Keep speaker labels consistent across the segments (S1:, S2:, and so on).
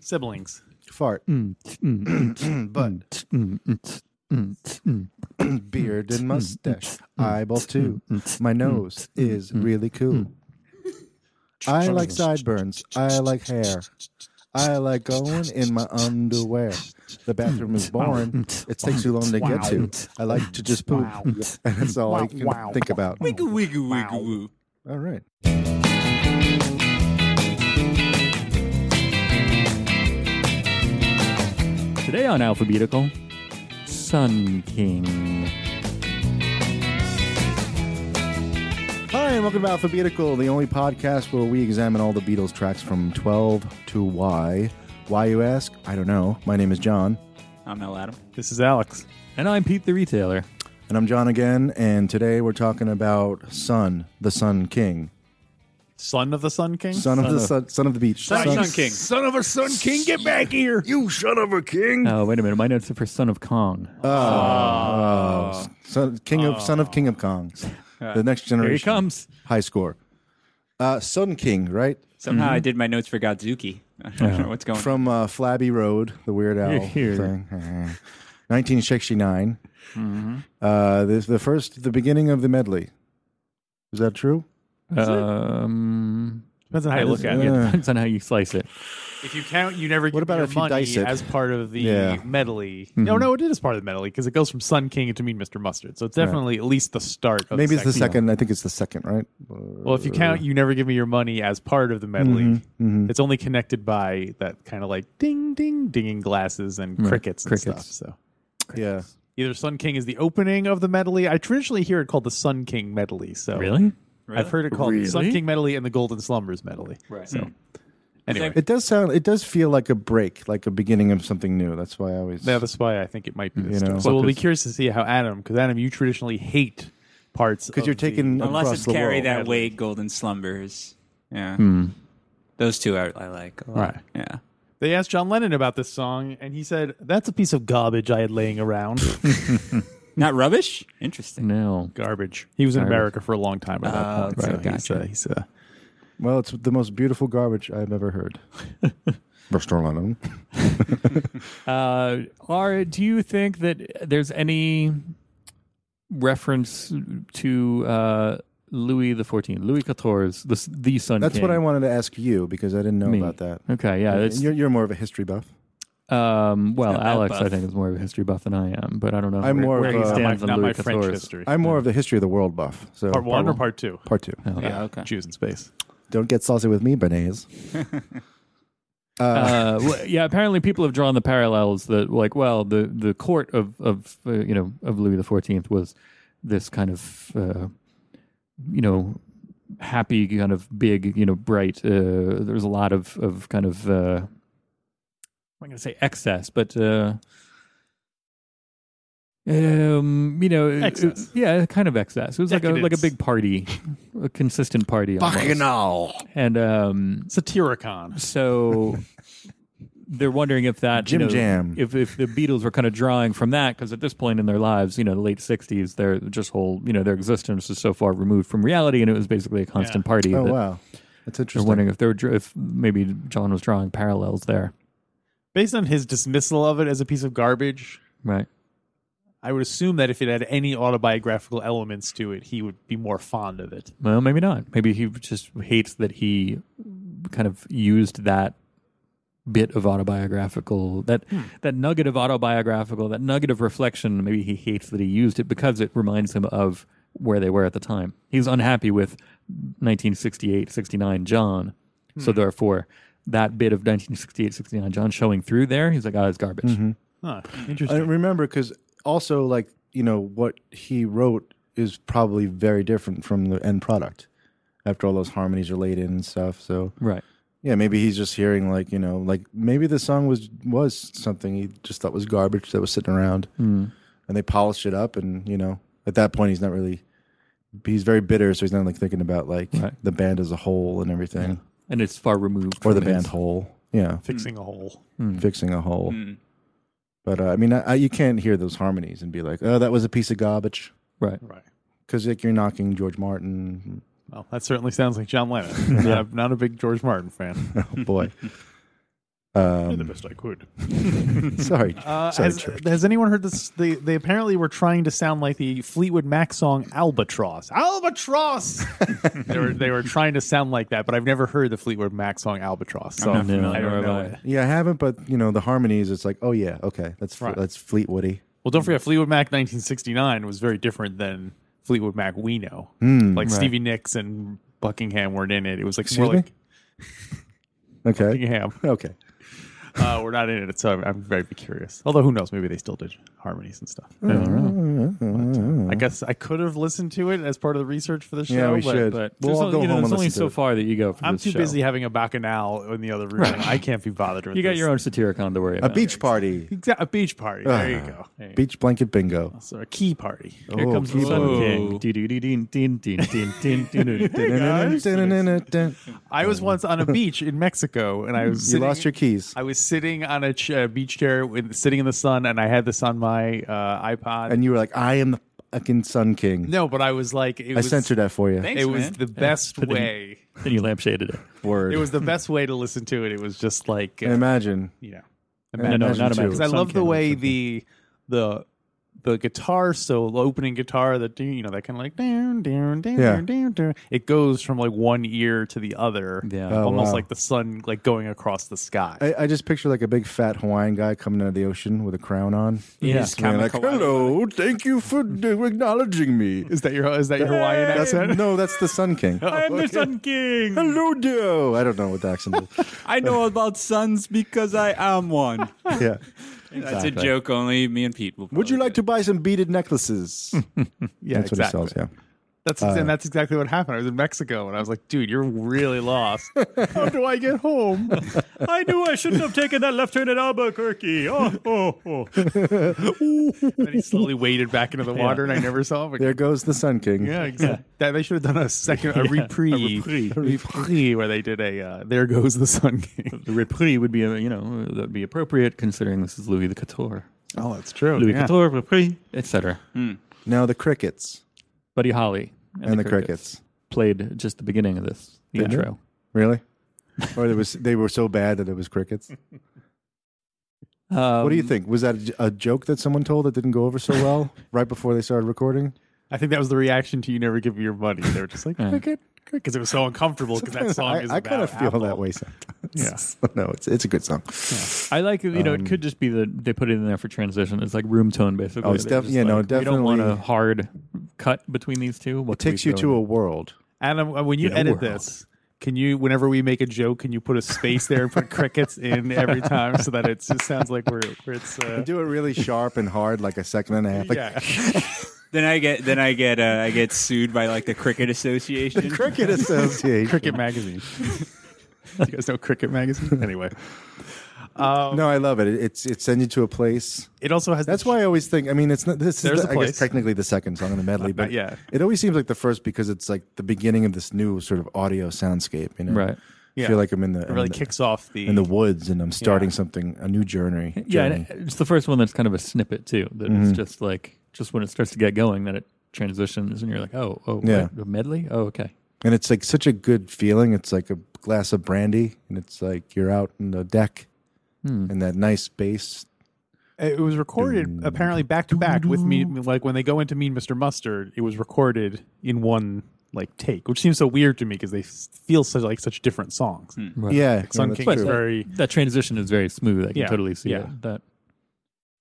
S1: Siblings.
S2: Fart, butt, beard, and mustache. Eyeballs too. My nose is really cool. I like sideburns. I like hair. I like going in my underwear. The bathroom is boring. It takes too long to get to. I like to just poop.
S1: Wow.
S2: And that's all I can
S1: Wow.
S2: think about.
S3: Wiggle, wiggle, wiggle, woo.
S2: All right.
S4: Today on Alphabetical, Sun King.
S2: Hi, and welcome to Alphabetical, the only podcast where we examine all the Beatles tracks from 12 to Y. Why, you ask? I don't know. My name is John,
S3: I'm L. Adam.
S1: This is Alex.
S4: And I'm Pete the Retailer.
S2: and I'm John again, and today we're talking about Sun, the Sun King.
S1: Son of the Sun King?
S2: Son, of the sun, son of the Beach.
S3: Son, Sun King.
S1: Son of a Sun King, get back here.
S2: You son of a king!
S4: Oh, wait a minute. My notes are for Son of Kong.
S1: Uh,
S2: Oh, son, king of, son of King of Kong. The next generation.
S4: Here he comes.
S2: High score. Uh, sun King, right?
S3: Somehow
S1: Mm-hmm.
S3: I did my notes for Godzuki. I don't know what's going on.
S2: From uh, Flabby Road, the Weird Owl
S4: here.
S2: thing. 1969. Uh, this, the first, the beginning of the medley. Is that true?
S4: Um,
S1: Depends on how
S3: I
S1: you
S3: look at it.
S4: yeah, depends on how you slice it.
S1: If you count, you never
S2: What
S1: give
S2: about
S1: your
S2: if you
S1: money
S2: dice it?
S1: as part of the
S2: Yeah.
S1: medley. No, no, it is part of the medley because it goes from Sun King to Mean Mr. Mustard. So it's definitely at least the start of
S2: Maybe it's the
S1: section.
S2: second. I think it's the second, right?
S1: Well, if you count You Never Give Me Your Money as part of the medley, it's only connected by that kind of like ding, ding, dinging glasses and crickets and stuff.
S4: crickets.
S1: So
S2: Yeah.
S1: either Sun King is the opening of the medley. I traditionally hear it called the Sun King medley. So
S4: Really?
S1: I've heard it called the Sun
S4: Really?
S1: King medley and the Golden Slumbers medley.
S3: Right.
S1: So
S3: Anyway.
S2: It does sound. It does feel like a break, like a beginning of something new. That's why I always.
S1: yeah, that's why I think it might be. This
S2: You know.
S1: stuff. so we'll be curious to see how Adam, because Adam, you traditionally hate parts
S2: because you're taking
S3: Unless
S2: across
S3: it's
S2: the
S3: Carry
S2: world.
S3: That Weight, Golden Slumbers. Yeah. Those two I, I like a lot.
S1: Hmm. Right.
S3: Yeah.
S1: They asked John Lennon about this song, and he said, "That's a piece of garbage I had laying around."
S3: Not rubbish? Interesting.
S4: No.
S1: garbage. He was in America for a long time by that
S3: Oh,
S1: point.
S3: okay,
S1: so he's,
S3: gotcha.
S1: uh, he's, uh,
S2: Well, it's the most beautiful garbage I've ever heard. Mr. Lennon.
S4: Uh, are do you think that there's any reference to uh, Louis the Fourteenth, Louis Quatorze, the s- the Sun
S2: That's
S4: King?
S2: what I wanted to ask you because I didn't know
S4: Me.
S2: about that.
S4: Okay, yeah, that's
S2: You're, you're more of a history buff.
S4: um. Well,
S3: not that
S4: Alex, I
S3: buff.
S4: think is more of a history buff than I am, but I don't know.
S2: I'm more
S4: where
S2: of
S4: he
S2: a-
S4: stands
S1: uh, not
S4: on
S1: my
S4: Louis
S1: French
S4: Quatorze.
S1: history.
S2: I'm more of the history of the world buff. So
S1: part one or part two?
S2: Part two.
S3: Yeah, okay.
S1: Jews in space.
S2: Don't get saucy with me, Bernays.
S4: uh, well, yeah, apparently people have drawn the parallels that, like, well, the the court of of uh, you know of Louis the Fourteenth was this kind of uh, you know happy, kind of big, you know, bright. Uh, there was a lot of of kind of uh, I'm going to say excess, but. Uh, um, you know, it- it-
S1: Excess.
S4: yeah, kind of excess. It was like a like a
S1: Decadence.
S4: big party, a consistent party, almost. and um,
S1: Satyricon.
S4: so they're wondering if that
S2: Jim
S4: you know,
S2: Jam.
S4: if if the Beatles were kind of drawing from that because at this point in their lives, you know, the late '60s, their just whole you know their existence is so far removed from reality, and it was basically a constant party.
S2: Oh,
S4: that
S2: wow. That's
S4: They're
S2: interesting.
S4: wondering if they were dr- if maybe John was drawing parallels there,
S1: Based on his dismissal of it as a piece of garbage,
S4: right?
S1: I would assume that if it had any autobiographical elements to it, he would be more fond of it.
S4: Well, maybe not. Maybe he just hates that he kind of used that bit of autobiographical that
S2: Hmm.
S4: that nugget of autobiographical that nugget of reflection maybe he hates that he used it because it reminds him of where they were at the time he's unhappy with 1968 69 john so
S2: Hmm.
S4: therefore that bit of 1968 69 john showing through there he's like oh it's garbage
S2: Mm-hmm.
S1: Huh. Interesting.
S2: I remember because also, like, you know, what he wrote is probably very different from the end product after all those harmonies are laid in and stuff. So,
S4: right
S2: yeah, maybe he's just hearing, like, you know, like maybe the song was was something he just thought was garbage that was sitting around
S4: Hmm.
S2: and they polished it up. And, you know, at that point, he's not really, he's very bitter. So he's not like thinking about like
S4: Right.
S2: the band as a whole and everything.
S4: and it's far removed
S2: or
S4: from
S2: the
S4: his-
S2: band hole. Yeah,
S1: Fixing a hole.
S2: fixing a hole.
S3: Hmm.
S2: But uh, I mean, I, I, you can't hear those harmonies and be like, "Oh, that was a piece of garbage,"
S4: right
S1: Right.
S2: because like you're knocking George Martin. Um,
S1: Well, that certainly sounds like John Lennon. not, a, not a big George Martin fan.
S2: Oh boy,
S1: did the best I could.
S2: Sorry,
S1: Uh,
S2: sorry,
S1: has,
S2: Church.
S1: has anyone heard this? They, they apparently were trying to sound like the Fleetwood Mac song Albatross. Albatross! they, were, they were trying to sound like that, but I've never heard the Fleetwood Mac song Albatross. So
S3: not familiar
S1: I don't
S3: with
S1: know
S3: it.
S1: it.
S2: Yeah, I haven't, but you know the harmonies. It's like, oh yeah, okay, that's fl-
S1: Right.
S2: that's Fleetwoody.
S1: Well, don't forget, Fleetwood Mac 1969 was very different than Fleetwood Mac we know. like Stevie Nicks and Buckingham weren't in it. It was like
S2: Hmm, Excuse
S1: more
S2: me?
S1: like
S2: Okay,
S1: Buckingham.
S2: okay.
S1: Uh, we're not in it, so I'm, I'm very curious. Although, who knows? Maybe they still did harmonies and stuff. I don't know. uh, I guess I could have listened to it as part of the research for the show.
S2: Yeah, we
S1: but
S2: should.
S4: But
S2: we'll
S4: there's
S2: all
S4: only-
S2: go
S4: you know,
S2: home
S4: there's
S2: and
S4: only
S2: listen
S4: so
S2: to it.
S4: far that you go for
S1: I'm
S4: this
S1: too
S4: show.
S1: busy having a bacchanal in the other room. I can't be bothered with
S4: You got your
S1: this.
S4: own satiricon to worry
S2: A
S4: about.
S2: beach party, Ah,
S1: Exa- a beach party. There
S2: Uh-huh.
S1: you go.
S2: beach blanket bingo.
S1: So a key party.
S4: Here
S2: Oh,
S4: comes the
S3: whoa.
S4: Sun King. Dee-dee-dee-deen, deen, deen, deen, deen, deen, deen.
S2: Dun-dun-dun-dun-dun.
S1: I was once on a beach in Mexico, and I was
S2: You
S1: sitting-
S2: lost your keys,
S1: I was sitting on a ch- uh, beach chair, with, sitting in the sun, and I had this on my uh, iPod.
S2: and you were like, "I am the fucking Sun King."
S1: no, but I was like, it
S2: I
S1: was,
S2: censored that for you.
S3: Thanks,
S1: It was
S3: man.
S1: the best
S4: Put it in-
S1: way.
S4: Then you lampshaded it.
S2: Word.
S1: It was the best way to listen to it. It was just like uh,
S2: Imagine.
S1: you know,
S4: No, no,
S2: Imagine
S4: not a
S2: too.
S4: Mac.
S1: because I
S4: Sun
S1: love the
S4: King.
S1: way the the the guitar solo opening guitar that you know that kind of like down down down
S2: Yeah.
S1: down down it goes from like one ear to the other
S4: Yeah.
S2: Oh,
S1: almost
S2: wow.
S1: like the sun like going across the sky
S2: I, I just picture like a big fat Hawaiian guy coming out of the ocean with a crown on.
S4: Yeah.
S2: He's kinda like, hello, thank you for d- acknowledging me.
S1: is that your is that your Hawaiian
S2: That's-
S1: accent Oh.
S2: No, that's the Sun King.
S4: I am the Sun King.
S2: hello, Dio. I don't know what the accent is.
S3: I know about suns because I am one.
S2: yeah.
S3: That's a joke only me and Pete will.
S2: Would you
S3: probably
S2: like to buy some beaded necklaces?
S1: yeah
S2: that's
S1: exactly
S2: what he sells, Uh, yeah.
S1: that's and that's exactly what happened I was in Mexico and I was like dude you're really lost how do I get home
S4: I knew I shouldn't have taken that left turn at Albuquerque. Oh, oh, oh.
S1: and he slowly waded back into the water and I never saw him again.
S2: There goes the Sun King.
S1: Yeah, exactly. That, they should have done a second, a reprieve,
S4: reprieve.
S1: a reprieve where they did a uh, "There Goes the Sun" game.
S4: The reprieve would be, uh, you know, that would be appropriate considering this is Louis the Couture.
S1: Oh, that's true.
S4: Louis Couture, reprieve, etc.
S2: Now the crickets
S4: Buddy Holly
S2: and, the crickets.
S4: played just the beginning of this the
S2: Did they?
S4: intro.
S2: Really? or it was they were so bad that it was crickets.
S4: Um,
S2: What do you think? Was that a, j- a joke that someone told that didn't go over so well right before they started recording?
S1: I think that was the reaction to "You Never Give Me Your Money." They were just like cricket, cricket, because it was so uncomfortable. Because that song is
S2: I, I kind of
S1: about
S2: feel
S1: Apple.
S2: that way sometimes.
S1: Yeah.
S2: no, it's it's a good song.
S4: I like it. You know, it could just be that they put it in there for transition. It's like room tone, basically.
S2: Oh, it's
S4: They're
S2: def-
S4: just
S2: yeah, no,
S4: We don't want a
S2: definitely-
S4: hard cut between these two. What
S2: It takes you to a world.
S1: Adam, uh, when you
S4: In a world.
S1: edit this, can you, whenever we make a joke, can you put a space there and put crickets in every time so that it just sounds like we're we're- it's uh,
S2: Do it really sharp and hard, like a second and a half. Like,
S1: yeah.
S3: Then I get then I get uh, I get sued by like the cricket association.
S2: Cricket Association.
S1: Cricket magazine. Do you guys know Cricket magazine? Anyway, um,
S2: No, I love it. it. It's it sends you to a place.
S1: it also has the
S2: That's why I always think. I mean, it's not this.
S1: There's
S2: is
S1: a
S2: the, I
S1: place.
S2: guess technically the second song in the medley, but
S1: yeah.
S2: it always seems like the first because it's like the beginning of this new sort of audio soundscape. You know,
S4: right.
S2: I
S1: Yeah.
S2: feel like I'm in the
S1: It really
S2: in the,
S1: kicks off the
S2: in the woods and I'm starting something a new journey.
S4: Yeah,
S2: journey.
S4: and it- it's the first one that's kind of a snippet too. That it's just like just when it starts to get going, that it transitions, and you're like, oh, oh,
S2: Yeah.
S4: what, a medley. Oh, okay.
S2: and it's like such a good feeling. It's like a glass of brandy, and it's like you're out in the deck, and that nice bass.
S1: It was recorded apparently back to back with me. Like when they go into Mean Mr. Mustard, it was recorded in one like take, which seems so weird to me because they s- feel such like such different songs.
S4: Right.
S2: Yeah,
S1: Sun
S2: yeah, that's
S1: King
S2: true.
S1: is very.
S4: That transition is very smooth. I can
S1: Yeah,
S4: totally see
S1: yeah.
S4: it. That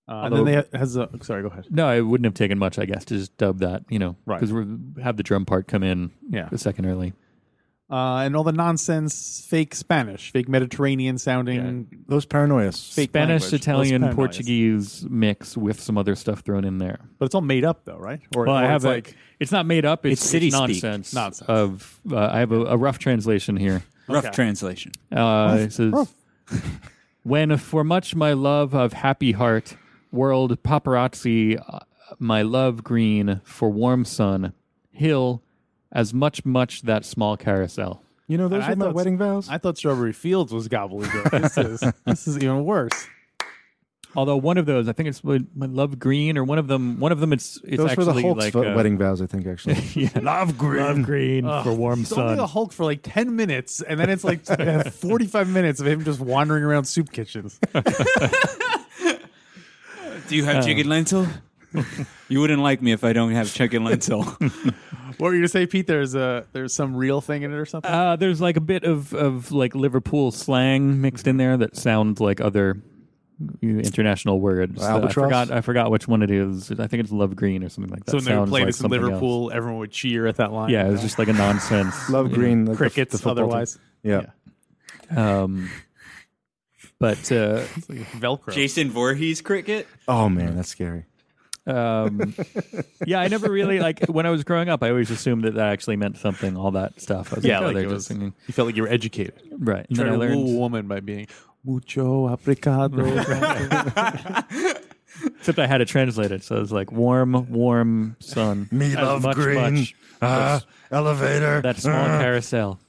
S1: Uh, and then they ha- has a. Sorry, go ahead.
S4: no, it wouldn't have taken much, I guess, to just dub that. You know,
S1: Right.
S4: Because we have the drum part come in
S1: Yeah.
S4: a second early.
S1: Uh, and all the nonsense, fake Spanish, fake Mediterranean sounding.
S2: Those paranoias.
S1: Fake
S4: Spanish,
S1: language. Those
S4: Italian,
S1: paranoias.
S4: Portuguese mix with some other stuff thrown in there.
S1: but it's all made up though, right? Or,
S4: Well,
S1: or
S4: I
S1: it's
S4: have a,
S1: like
S4: It's not made up. It's,
S3: It's city
S4: it's
S3: speak.
S4: nonsense.
S1: Nonsense.
S4: Of uh, I have a, a rough translation here.
S3: Rough
S1: Okay.
S3: translation.
S4: Uh, it says,
S2: Oh.
S4: "When for much my love of happy heart, world paparazzi, uh, my love green for warm sun, hill, as much much that small carousel."
S2: You know, those
S1: I
S2: are my
S1: thought-
S2: wedding vows.
S1: I thought Strawberry Fields was gobbledygook. this is this is even worse.
S4: Although one of those, I think it's with- my Love Green or one of them. One of them, it's it's
S2: Those were
S4: actually
S2: the Hulk's
S4: like
S2: vo-
S4: uh,
S2: wedding vows, I think, actually.
S4: yeah, Love Green, Love Green for warm
S1: He's only
S4: sun.
S1: the Hulk for like ten minutes, and then it's like forty-five minutes of him just wandering around soup kitchens.
S3: Do you have chicken lentil? you wouldn't like me if I don't have chicken lentil.
S1: what were you gonna say, Pete? There's a there's some real thing in it or something.
S4: Uh, there's like a bit of, of like Liverpool slang mixed in there that sounds like other international words. Uh,
S2: Albatross?
S4: I forgot. I forgot which one it is. I think it's Love Green or something like that.
S1: so when they would
S4: Sounds
S1: play
S4: like
S1: this in
S4: something else.
S1: Liverpool, everyone would cheer at that line.
S4: Yeah, it was just like a nonsense.
S2: Love
S4: you know.
S2: green. like the f-
S1: crickets.
S2: the football team.
S1: otherwise,
S2: Yeah.
S4: Um, but uh,
S1: It's like Velcro.
S3: Jason Voorhees cricket.
S2: Oh, man, that's scary.
S4: um, yeah, I never really like when I was growing up. I always assumed that that actually meant something. All that stuff. I was
S1: yeah,
S4: like, oh,
S1: like
S4: they're
S1: it
S4: just
S1: was,
S4: singing.
S1: you felt like you were educated.
S4: right. And then
S1: Trying
S4: I
S1: to
S4: learned.
S1: woo a woman by being mucho apricado.
S4: Except I had it translated, so it was like warm, warm sun.
S2: Me
S4: As
S2: love
S4: much,
S2: green.
S4: much.
S2: Ah, elevator.
S4: that small
S2: Ah,
S4: carousel.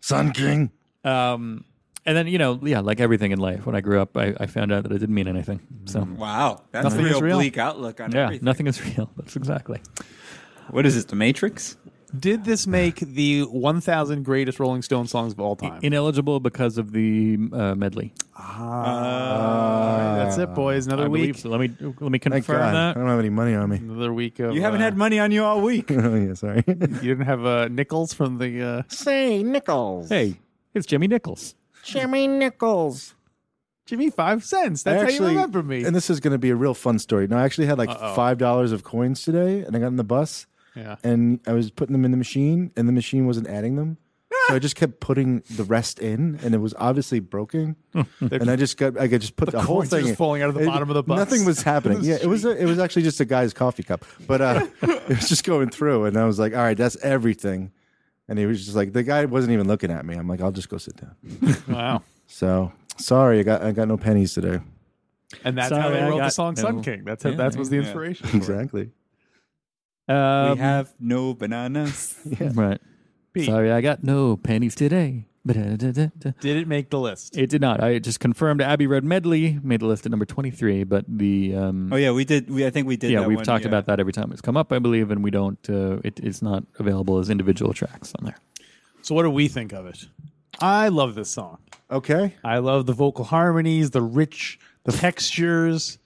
S2: Sun King.
S4: Um, and then you know, yeah, like everything in life. When I grew up, I, I found out that it didn't mean anything. So
S2: Mm.
S3: Wow, that's
S1: Nothing
S3: a
S1: is
S3: real,
S1: real.
S3: bleak outlook on
S4: yeah,
S3: everything.
S4: nothing is real. That's exactly.
S3: What is it? The Matrix?
S1: Did this make the 1,000 greatest Rolling Stone songs of all time?
S4: Ineligible because of the uh, medley.
S1: Ah, that's it, boys. Another
S4: I
S1: week.
S4: believe so. Let me let me
S2: Thank
S4: confirm
S2: God.
S4: that.
S2: I don't have any money on me.
S1: Another week of.
S3: You haven't
S1: uh,
S3: had money on you all week.
S2: oh, yeah, sorry.
S1: You didn't have uh, nickels from the. Uh,
S5: Say Nichols.
S4: Hey, it's Jimmy Nichols.
S5: Jimmy Nichols.
S1: Jimmy five cents.
S2: I
S1: That's how you remember me.
S2: And this is going to be a real fun story. No, I actually had like $5 of coins today, and I got on the bus,
S1: yeah.
S2: and I was putting them in the machine, and the machine wasn't adding them. So I just kept putting the rest in, and it was obviously broken. and I just got, I could just put the, whole
S1: coins
S2: thing
S1: just
S2: in.
S1: falling out of the
S2: It-
S1: bottom of the bus.
S2: Nothing was happening.
S1: On the
S2: yeah, it was, a, it was actually just a guy's coffee cup, but uh, it was just going through, and I was like, all right, that's everything. And he was just like, the guy wasn't even looking at me. I'm like, I'll just go sit down.
S1: Wow.
S2: So sorry, I got, I got no pennies today.
S1: And that's how
S4: Sorry,
S1: they
S4: I
S1: wrote the
S4: got
S1: song
S4: no-
S1: Sun King. That's how,
S4: Yeah,
S1: that was the
S3: yeah.
S1: inspiration. for it.
S2: Exactly.
S4: Um,
S3: we have no bananas.
S4: right.
S1: Pete.
S4: Sorry, I got no pennies today. uh, Ba-da-da-da-da.
S1: Did it make the list?
S4: It did not. I just confirmed Abbey Road medley made the list at number twenty three, but the um,
S3: oh yeah, we did. We I think we did.
S4: yeah,
S3: that
S4: we've
S3: one,
S4: talked
S3: yeah.
S4: about that every time it's come up, I believe, and we don't. Uh, it, it's not available as individual tracks on there.
S1: So what do we think of it? I love this song.
S2: Okay.
S1: I love the vocal harmonies, the rich the textures.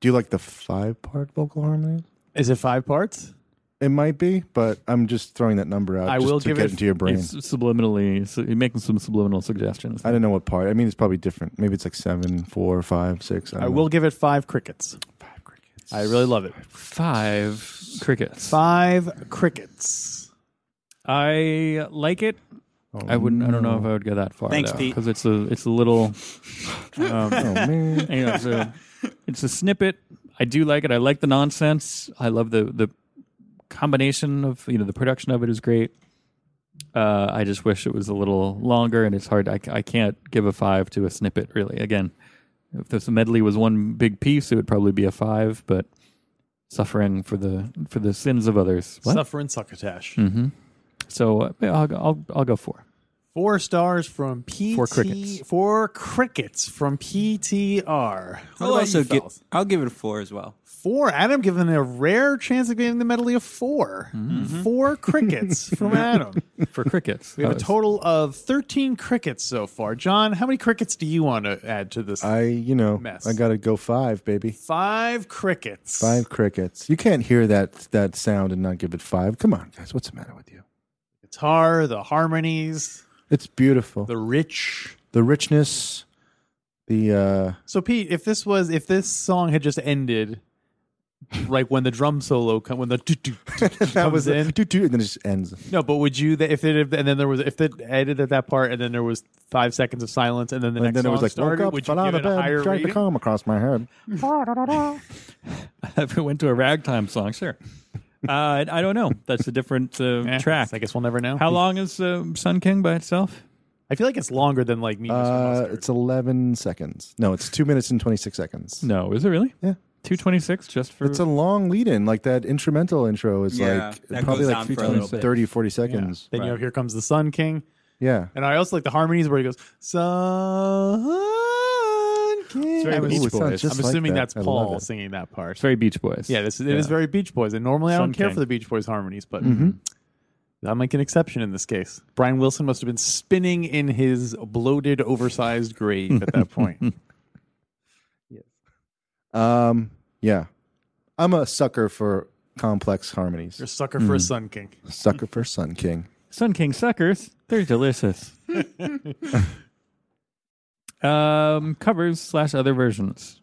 S2: Do you like the five part vocal harmony?
S1: Is it five parts?
S2: It might be, but I'm just throwing that number out.
S1: I
S2: just
S1: will
S2: to
S1: give
S2: get
S1: it-
S2: into your brain.
S4: It's subliminally so you're making some subliminal suggestions.
S2: I don't know what part. I mean, it's probably different. Maybe it's like seven, four, five, six. I,
S1: I
S2: don't
S1: will
S2: know.
S1: give it five crickets. Five crickets. I really love it.
S4: Five crickets.
S1: Five crickets.
S4: I like it. I wouldn't. I don't know if I would go that far.
S3: Thanks, Pete.
S4: Because it's a it's a little.
S2: Oh man,
S4: you know, it's, a, it's a snippet. I do like it. I like the nonsense. I love the the combination of you know the production of it is great. Uh, I just wish it was a little longer, and it's hard. I, c- I can't give a five to a snippet really. Again, if this medley was one big piece, it would probably be a five. But suffering for the for the sins of others. What? Mm-hmm.
S1: Suffer and succotash.
S4: So uh, yeah, I'll, go- I'll I'll go four.
S1: Four stars from PT.
S4: Four crickets.
S1: Four crickets from PTR. What
S3: I'll
S1: about
S3: also
S1: you
S3: give.
S1: fellas?
S3: I'll give it a four as well.
S1: four. Adam giving a rare chance of getting the medley of 4 Four crickets from Adam.
S4: For crickets,
S1: We have a
S4: That was-
S1: total of 13 crickets so far. John, how many crickets do you want to add to this?
S2: I you know
S1: Mess.
S2: I gotta go five, baby.
S1: Five crickets.
S2: Five crickets. You can't hear that that sound and not give it five. Come on, guys. What's the matter with you?
S1: Guitar, the harmonies,
S2: It's beautiful. The,
S1: the rich.
S2: richness. The uh
S1: So Pete, if this was if this song had just ended like when the drum solo come when the doo- doo- doo- doo
S2: that
S1: comes
S2: was
S1: in.
S2: doo doo, and then it just ends.
S1: No, but would you that if it had- and then there was if it edited at that part and then there was five seconds of silence and then the
S2: And
S1: next
S2: then it
S1: song
S2: was like
S1: started,
S2: woke up,
S1: would you
S2: fell
S1: give
S2: out of
S1: it a higher
S2: bed, dragged the
S1: rating?
S2: comb across my head.
S4: if it went to a ragtime song, sure. Uh, I I don't know. That's a different uh,
S1: Eh,
S4: track.
S1: I guess we'll never know.
S4: How long is uh, Sun King by itself?
S1: I feel like it's longer than like me. Mr.
S2: Uh,
S1: Mustard.
S2: it's 11 seconds. No, it's two minutes and 26 seconds.
S4: No, is it really?
S2: Yeah.
S4: two twenty six just for.
S2: It's a long lead in. Like that instrumental intro is
S3: Yeah,
S2: like
S3: that
S2: probably
S3: goes
S2: like
S3: on
S2: three
S3: for a
S2: times
S3: little
S2: 30,
S3: bit.
S2: 40
S1: Yeah.
S2: seconds.
S1: Then you
S3: Right.
S1: have Here Comes the Sun King.
S2: Yeah.
S1: And I also like the harmonies where he goes, Sun King. It's very
S2: I was-
S1: Beach
S2: Ooh, it sounds
S1: Boys.
S2: just
S1: I'm
S2: like
S1: assuming
S2: that. I
S1: that's
S2: love
S1: Paul
S2: it.
S1: singing that part.
S4: It's very Beach Boys.
S1: yeah, this, it is
S4: Yeah.
S1: very Beach Boys, and normally I
S4: Sun
S1: don't care
S4: King.
S1: for the Beach Boys harmonies, but I'll make an exception in this case. Brian Wilson must have been spinning in his bloated, oversized grave at that point.
S2: Um, yeah, I'm a sucker for complex harmonies.
S1: You're a sucker for a Sun King.
S2: Sucker for Sun King.
S4: Sun King suckers. They're delicious. um, covers slash other versions.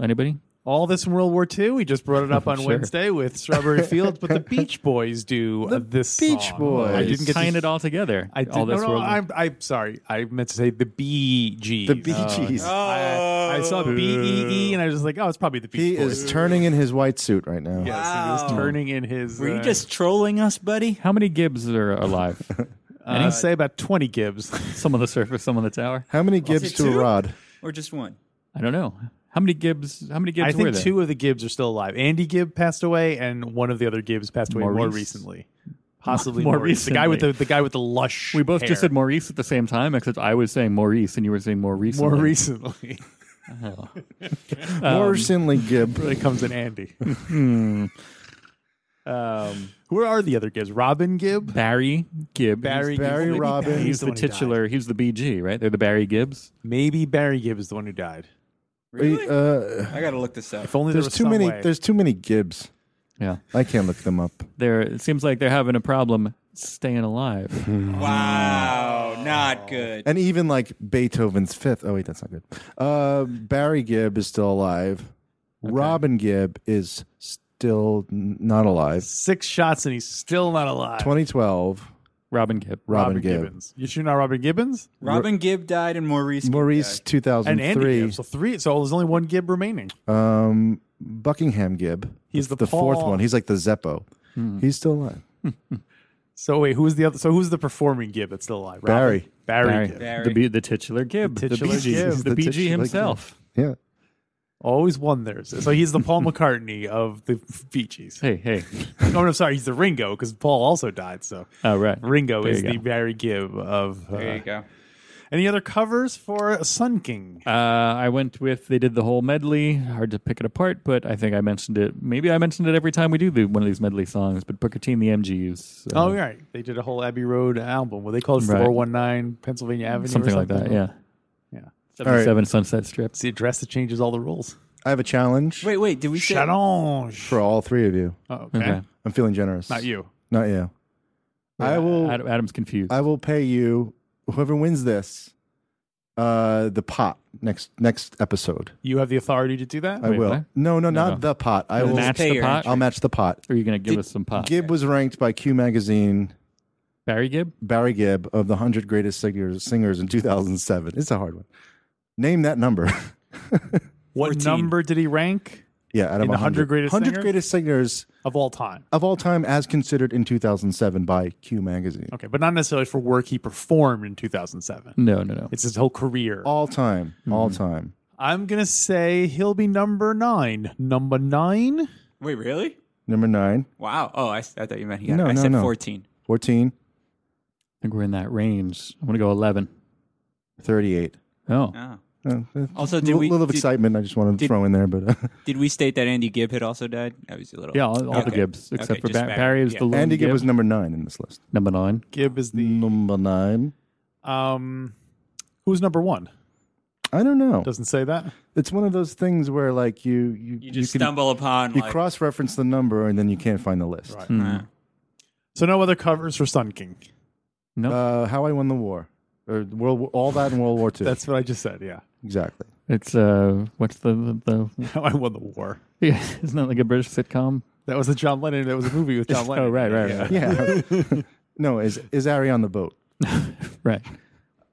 S4: Anybody?
S1: All this in World War II. We just brought it up on
S4: Sure.
S1: Wednesday with Strawberry Fields, but the Beach Boys do uh, this.
S2: Beach
S1: song.
S2: Boys.
S1: I didn't get to-
S4: tying it all together.
S1: I did,
S4: all
S1: no,
S4: this
S1: no,
S4: world.
S1: I'm, I'm sorry. I meant to say the Bee Gees.
S2: The Bee Gees.
S1: Oh, I, I saw B E E, and I was like, oh, it's probably the Beach
S2: He
S1: Boys.
S2: is turning in his white suit right now.
S1: Yes, he was
S3: Wow.
S1: turning in his.
S3: Were you
S1: uh,
S3: just trolling us, buddy?
S4: How many Gibbs are alive?
S1: Uh, say about twenty Gibbs.
S4: some on the surface, some on the tower.
S2: How many Gibbs
S3: it
S2: to a
S3: two?
S2: rod?
S3: Or just one?
S4: I don't know. How many Gibbs? How many Gibbs were
S1: I think
S4: there?
S1: two of the Gibbs are still alive. Andy Gibb passed away, and one of the other Gibbs passed away more
S4: Maurice?
S1: recently. Possibly
S4: More
S1: Maurice. The guy with the
S4: recently.
S1: the guy with the lush.
S4: we both just
S1: hair.
S4: said Maurice at the same time, except I was saying Maurice and you were saying more recently.
S1: more recently. Um,
S2: More recently, Gibb.
S1: really comes in Andy.
S4: Hmm.
S1: um, who are the other Gibbs? Robin Gibb,
S4: Barry Gibb.
S1: Barry,
S2: Barry
S1: Gibb.
S2: Robin.
S1: Barry's
S4: He's, he's the,
S1: one who died.
S4: titular. He's the BG, right? They're the Barry Gibbs.
S1: Maybe Barry Gibb is the one who died.
S3: Really?
S2: Uh,
S3: I gotta look this up.
S1: If only there
S2: there's
S1: was
S2: too
S1: some
S2: many.
S1: way.
S2: There's too many Gibbs.
S4: Yeah.
S2: I can't look them up.
S4: They're, it seems like they're having a problem staying alive.
S3: Wow, not good.
S2: And even like Beethoven's Fifth. Oh wait, that's not good. Uh, Barry Gibb is still alive. Robin Gibb is still n- not alive.
S1: six shots and he's still not alive.
S2: 2012.
S4: Robin Gibb.
S2: Robin, Gibb.
S1: Gibbons. You sure not Robin Gibbons?
S3: Robin Gibb died and Maurice. Gibb
S2: Maurice
S3: died.
S1: And Andy
S2: 2003.
S1: Gibb. So three. So there's only one Gibb remaining.
S2: Um, Buckingham Gibb.
S1: He's
S2: That's
S1: the
S2: fourth
S1: Paul- Hmm.
S2: one. He's like the Zeppo. He's still alive.
S1: So wait, who's the other? So who's the performing Gibb that's still alive? Robin?
S2: Barry.
S1: Barry.
S4: Barry.
S1: Gibb.
S3: Barry.
S4: The, B, the titular Gibb. The,
S1: titular
S4: BG.
S1: Gibb.
S4: He's the,
S2: The
S4: BG
S2: titular
S4: himself.
S2: Yeah.
S1: Always won theirs. So he's the Paul McCartney of the Bee Gees.
S4: Hey, hey.
S1: oh, no, sorry. He's the Ringo because Paul also died. So
S4: Oh, right.
S1: Ringo
S4: There
S1: is
S4: you
S1: the
S4: go.
S1: Barry Gibb of. Uh,
S3: There you go.
S1: Any other covers for Sun King?
S4: Uh, I went with they did the whole medley. Hard to pick it apart, but I think I mentioned it. Maybe I mentioned it every time we do the, one of these medley songs. But Booker T and the MGs, uh,
S1: Oh, you're right. They did a whole Abbey Road album. Well, they called it
S4: Right.
S1: 419 Pennsylvania Avenue, or
S4: something like that. Yeah,
S1: Yeah.
S4: seventy-seven Sunset Strip.
S1: It's the address that changes all the rules.
S2: I have a challenge
S3: Wait, wait. Did we say?
S1: Challenge.
S2: for all three of you.
S1: Oh, okay.
S4: Okay.
S2: I'm feeling generous.
S1: Not you.
S2: Not you. I will.
S4: Ad- Adam's confused.
S2: I will pay you whoever wins this. Uh, the pot next next episode.
S1: You have the authority to do that?
S2: I
S4: Wait,
S2: will.
S4: what?
S2: No, no, not the pot. I
S4: You'll
S2: will. Um,
S4: match
S3: pay
S4: the
S3: your
S4: pot.
S3: entry.
S2: I'll match the pot.
S4: Or are you going to give us some pot?
S2: Gibb was ranked by Q Magazine
S4: Barry Gibb.
S2: Barry Gibb of the 100 greatest singers singers in 2007. It's a hard one. Name that number.
S3: 14.
S1: what number did he rank
S2: yeah, out of
S1: In the 100 greatest
S2: 100
S1: singers?
S2: greatest singers
S1: of all time?
S2: of all time as considered in 2007 by Q magazine.
S1: Okay, but not necessarily for work he performed in 2007.
S4: No, no, no.
S1: It's his whole career.
S4: Oh.
S2: All time, all time.
S1: I'm going to say he'll be number nine. Number nine?
S3: Wait, really?
S2: Number 9,
S3: Wow. Oh, I, s- I thought you meant he got.
S2: No,
S3: I
S2: no,
S3: said
S2: no.
S3: fourteen.
S2: 14,
S4: I think we're in that range. I'm going to go eleven.
S2: 38.
S4: Oh,
S3: Oh.
S2: Uh, uh,
S3: Also,
S2: a
S3: did we
S2: little of
S3: did,
S2: excitement I just wanted to
S3: did-
S2: throw in there, but uh,
S3: did we state that Andy Gibb had also died? That was a little.
S4: yeah, all, all the
S3: Okay.
S4: Gibbs except
S3: Okay,
S4: for
S3: just
S4: ba-
S3: Barry.
S4: Barry is
S3: Yeah.
S4: the lone
S2: Andy Gibb
S4: Gibb.
S2: was number 9 in this list.
S4: number nine.
S1: Gibb is the.
S2: Number 9.
S4: Hmm.
S1: Um, who's number one?
S2: I don't know.
S1: Doesn't say that.
S2: It's one of those things where like you you
S3: You just
S2: can-
S3: stumble upon.
S2: you
S3: like, Mm.
S2: cross-reference the number and then you can't find the list.
S1: Right.
S4: Hmm.
S1: So no other covers for Sun King.
S2: Uh, How I Won the War, or World War, all that in World War Two.
S1: That's what I just said. Yeah,
S2: exactly.
S4: It's uh, what's the the? the
S1: how I won the war.
S4: yeah, isn't that like a British sitcom?
S1: That was a John Lennon. That was a movie with John Lennon.
S4: Oh, right, right, right,
S2: Yeah. no, is is Ari on the boat?
S4: right.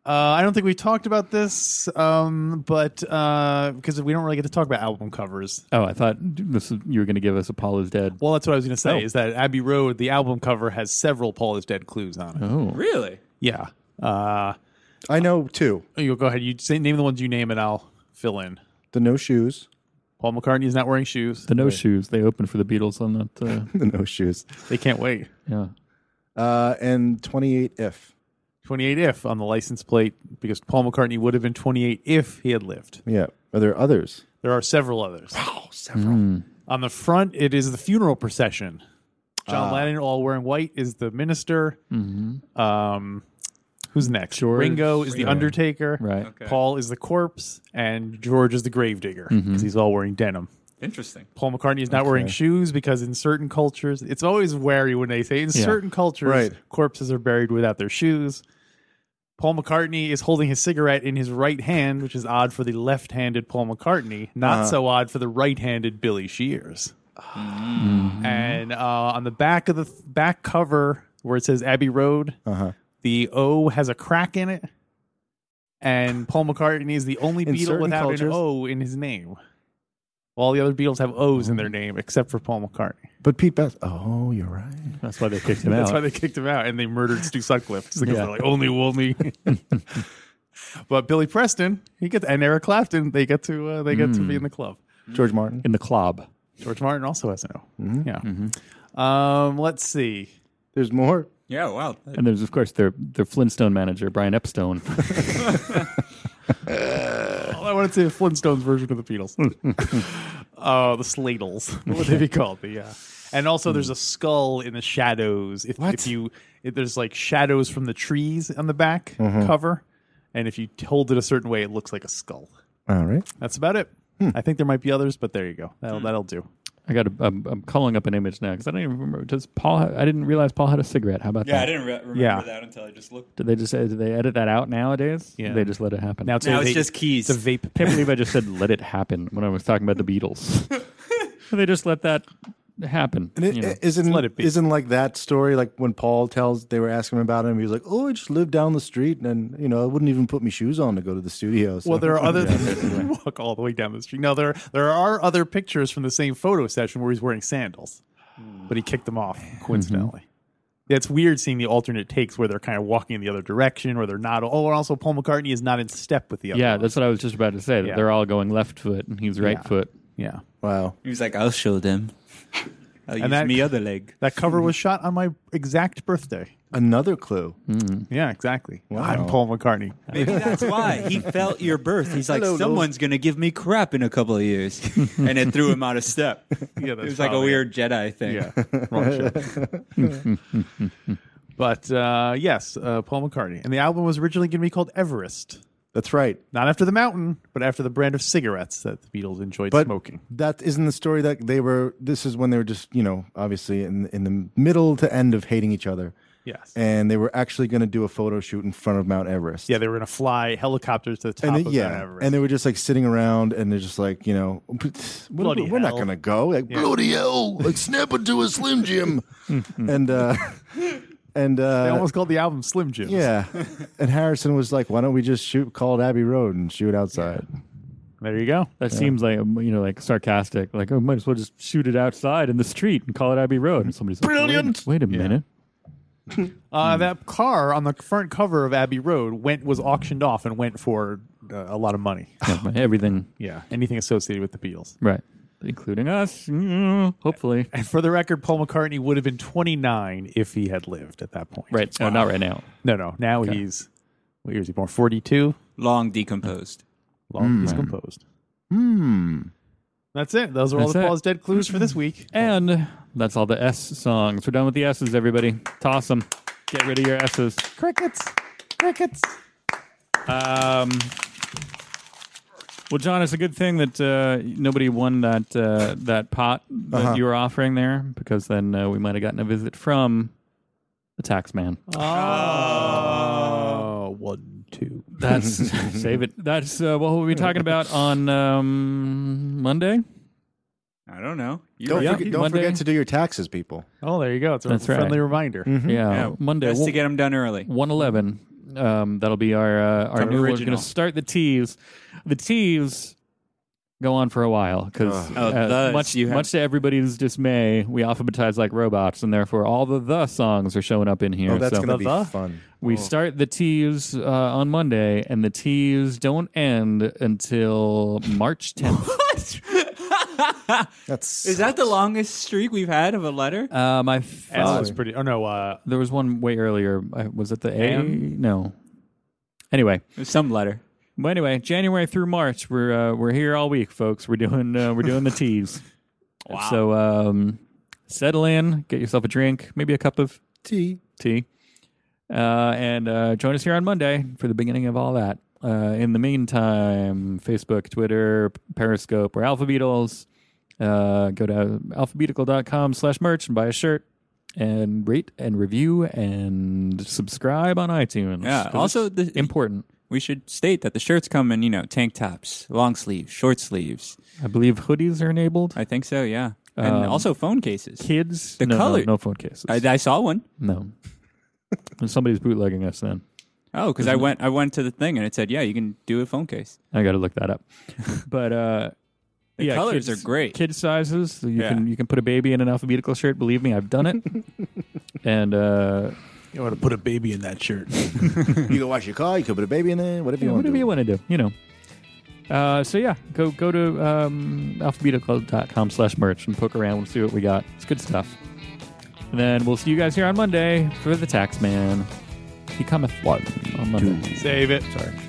S1: Uh, I don't think we talked about this, um, but because we don't really get to talk about album covers.
S4: Oh, I thought this was, you were going to give us Apollo's Dead.
S1: Well, that's what I was going to say.
S4: Oh.
S1: Is that Abbey Road? The album cover has several Paul is Dead clues on it.
S4: Oh,
S3: Really?
S1: Yeah. Uh, oh,
S2: I know two.
S1: you go ahead. You say, name the ones you name, and I'll fill in.
S2: The no shoes.
S1: Paul McCartney is not wearing shoes.
S4: the No Shoes. They opened for the Beatles on that. Uh,
S2: The no shoes.
S1: They can't wait.
S4: yeah.
S2: Uh, and twenty eight F.
S1: 28 if on the license plate because Paul McCartney would have been 28 if he had lived.
S2: Yeah. Are there others?
S1: There are several others.
S2: Oh, several.
S4: Hmm.
S1: On the front, it is the funeral procession. John
S4: Ah.
S1: Lennon, all wearing white, is the minister. Um, who's next?
S4: Mm-hmm. George-
S1: Ringo is the undertaker.
S4: Right.
S3: Okay.
S1: Paul is the corpse, and George is the gravedigger because
S4: Mm-hmm.
S1: he's all wearing denim.
S3: Interesting.
S1: Paul McCartney is not wearing shoes because in certain cultures, it's always wary when they say in certain cultures,
S2: Right.
S1: corpses are buried without their shoes. Paul McCartney is holding his cigarette in his right hand, which is odd for the left-handed Paul McCartney, not so odd for the right-handed Billy Shears. And uh, on the back of the th- back cover where it says Abbey Road,
S2: Uh-huh.
S1: the O has a crack in it, and Paul McCartney is the only
S2: In
S1: Beatle
S2: certain
S1: without an
S2: cultures-
S1: O in his name. All the other Beatles have O's in their name except for Paul McCartney.
S2: But Pete Best. Oh, you're right.
S4: That's why they kicked him
S1: That's
S4: out.
S1: why they kicked him out and they murdered Stu Sutcliffe because
S4: Yeah.
S1: they're like only only. but Billy Preston, he gets and Eric Clapton, they get to uh, they get
S4: Hmm.
S1: to be in the club.
S2: George Martin.
S4: in the club.
S1: George Martin also has an O.
S4: Mm-hmm.
S1: Yeah. Um, let's see.
S2: There's more.
S3: Yeah. Wow.
S4: And there's of course their their Flintstone manager, Brian Epstone.
S1: Oh, I wanted to say Flintstones version of the Beatles. Oh, the Sladles. What would they be called? The uh, and also there's a skull in the shadows. If, if you if there's like shadows from the trees on the back cover, and if you hold it a certain way, it looks like a skull.
S2: All right.
S1: That's about it. I think there might be others, but there you go. That'll that'll do.
S4: I got. A, I'm, I'm calling up an image now because I don't even remember. Does Paul? ha- I didn't realize Paul had a cigarette. How about
S3: Yeah, I
S4: that?
S3: didn't re- remember
S1: Yeah.
S3: that until I just looked.
S4: Did they just? Did they edit that out nowadays?
S1: Yeah.
S4: Did they just let it happen.
S1: Now it's,
S3: Now
S1: a
S3: it's
S1: vape-
S3: just keys.
S1: It's a vape
S4: I
S1: pen.
S4: can't believe I just said "let it happen" when I was talking about the Beatles. they just let that happen.
S2: And it,
S4: you know.
S2: isn't
S1: let it be.
S2: isn't like that story like when Paul tells they were asking him about him he was like oh I just lived down the street and you know I wouldn't even put my shoes on to go to the studio so.
S1: Well, there are other walk all the way down the street. No, there there are other pictures from the same photo session where he's wearing sandals, but he kicked them off coincidentally. Yeah, it's weird seeing the alternate takes where they're kind of walking in the other direction or they're not. Oh, and also Paul McCartney is not in step with the other.
S4: yeah, that's what I was just about to say. That
S1: Yeah.
S4: they're all going left foot, and he's right
S1: Yeah.
S4: foot.
S1: yeah.
S2: wow
S3: He was like, "I'll show them. I'll use
S1: that-
S3: me other leg."
S1: That cover was shot on my exact birthday.
S2: another clue
S1: Yeah, exactly. I'm Paul McCartney.
S3: Maybe that's why he felt your birth. He's like,
S2: Hello, Lou.
S3: "Someone's gonna give me crap in a couple of years," and it threw him out of step.
S1: Yeah,
S3: it was like a weird Jedi thing.
S1: Yeah, wrong show. but uh, yes, uh, Paul McCartney, and the album was originally going to be called Everest.
S2: that's right
S1: Not after the mountain, but after the brand of cigarettes that the Beatles enjoyed
S2: but
S1: smoking.
S2: that isn't the story that they were this is when they were just you know obviously in in the middle to end of hating each other
S1: Yes.
S2: and they were actually going to do a photo shoot in front of Mount Everest
S1: yeah, they were going to fly helicopters to the top
S2: and
S1: of
S2: they, yeah,
S1: Mount Everest.
S2: and they were just like sitting around, and they're just like, you know, "But, what-
S1: Bloody
S2: we're not
S1: hell."
S2: gonna go. Like, Bloody hell! Like snap into a slim jim, and uh, and uh,
S1: they almost called the album Slim Jim.
S2: yeah. And Harrison was like, why don't we just shoot called Abbey Road and shoot outside?
S1: There you go.
S4: That seems like um, you know, like sarcastic. Like, oh, might as well just shoot it outside in the street and call it Abbey Road. And somebody's
S2: Brilliant!
S4: Like, wait, wait a minute.
S1: Uh, that car on the front cover of Abbey Road went was auctioned off and went for uh, a lot of money.
S4: Never mind, Everything
S1: Yeah, anything associated with the Beatles.
S4: right, including us. Mm, Hopefully,
S1: And for the record, Paul McCartney would have been 29 if he had lived at that point.
S4: right. No, not right now.
S1: No, no. Now he's what year is he born? 42.
S3: Long decomposed.
S1: Long he's composed. Hmm. That's it. Those are all
S4: That's
S1: the
S4: it.
S1: Paul's Dead clues for this week.
S4: And that's all the S songs. We're done with the S's, everybody. Toss them. Get rid of your S's.
S1: Crickets. Crickets.
S4: Um, well, John, it's a good thing that uh, nobody won that uh, that pot that you were offering there, because then uh, we might have gotten a visit from the tax man.
S6: Uh,
S1: Oh, one, two.
S4: That's save it. That's uh, what we'll be talking about on um, Monday.
S3: I don't know. You
S2: Don't,
S3: were-
S4: Yeah.
S2: forget, don't
S4: Monday.
S2: forget to do your taxes, people.
S1: Oh, there you go. It's a
S4: That's right.
S1: friendly reminder.
S6: Mm-hmm.
S4: Yeah,
S3: Yeah,
S4: Monday.
S3: Best
S4: We'll-
S3: to get them done early.
S4: 111. Um, that'll be our uh, our
S3: Come
S4: new. We're
S3: original.
S4: going to start the teas. The teas go on for a while because
S3: Oh, thus
S4: much
S3: you have-
S4: much to everybody's dismay, we alphabetize like robots, and therefore all the the songs are showing up in here.
S2: Oh, that's
S4: so
S2: gonna be
S1: The-
S2: fun.
S4: we start the teas uh, on Monday, and the teas don't end until March 10th.
S2: That's
S3: Is that the longest streak we've had of a letter?
S4: um, I
S1: S
S4: thought
S1: was pretty. Oh no. Uh,
S4: there Uh, was one way earlier. I- Was it the A?
S1: M?
S4: No. Anyway,
S3: Some letter.
S4: But anyway, January through March, we're uh, we're here all week, folks. We're doing uh, we're doing the teas.
S3: Wow.
S4: So um, settle in, get yourself a drink, maybe a cup of
S2: T.
S4: tea, uh, and uh, join us here on Monday for the beginning of all that. Uh, in the meantime, Facebook, Twitter, Periscope, we're Alpha Beatles. Uh, go to alphabetical.com slash merch and buy a shirt and rate and review and subscribe on iTunes.
S3: Yeah,
S4: 'Cause it's
S3: also the-
S4: important.
S3: We should state that the shirts come in, you know, tank tops, long sleeves, short sleeves.
S4: I believe hoodies are enabled.
S3: I think so, yeah. And
S4: Um,
S3: also phone cases.
S4: Kids,
S3: The
S4: no, no,
S3: color-
S4: no phone cases.
S3: I, I saw one.
S4: no, And somebody's bootlegging us. Then
S3: Oh, because
S4: Mm-hmm.
S3: I went I went to the thing and it said, yeah, you can do a phone case.
S4: I got to look that up. But uh,
S3: The
S4: yeah,
S3: colors
S4: kids-
S3: are great.
S4: Kid sizes. So you
S3: Yeah.
S4: can you can put a baby in an alphabetical shirt. Believe me, I've done it. and uh,
S6: You want to put a baby in that shirt.
S2: You can wash your car. You can put a baby in there. Whatever you want.
S4: whatever
S2: to
S4: you
S2: do.
S4: want to do, you know. Uh, so yeah, go go to um, alphabetical.com slash merch and poke around and see what we got. It's good stuff. And then we'll see you guys here on Monday for the tax man. He cometh what on Monday.
S1: Save it. Sorry.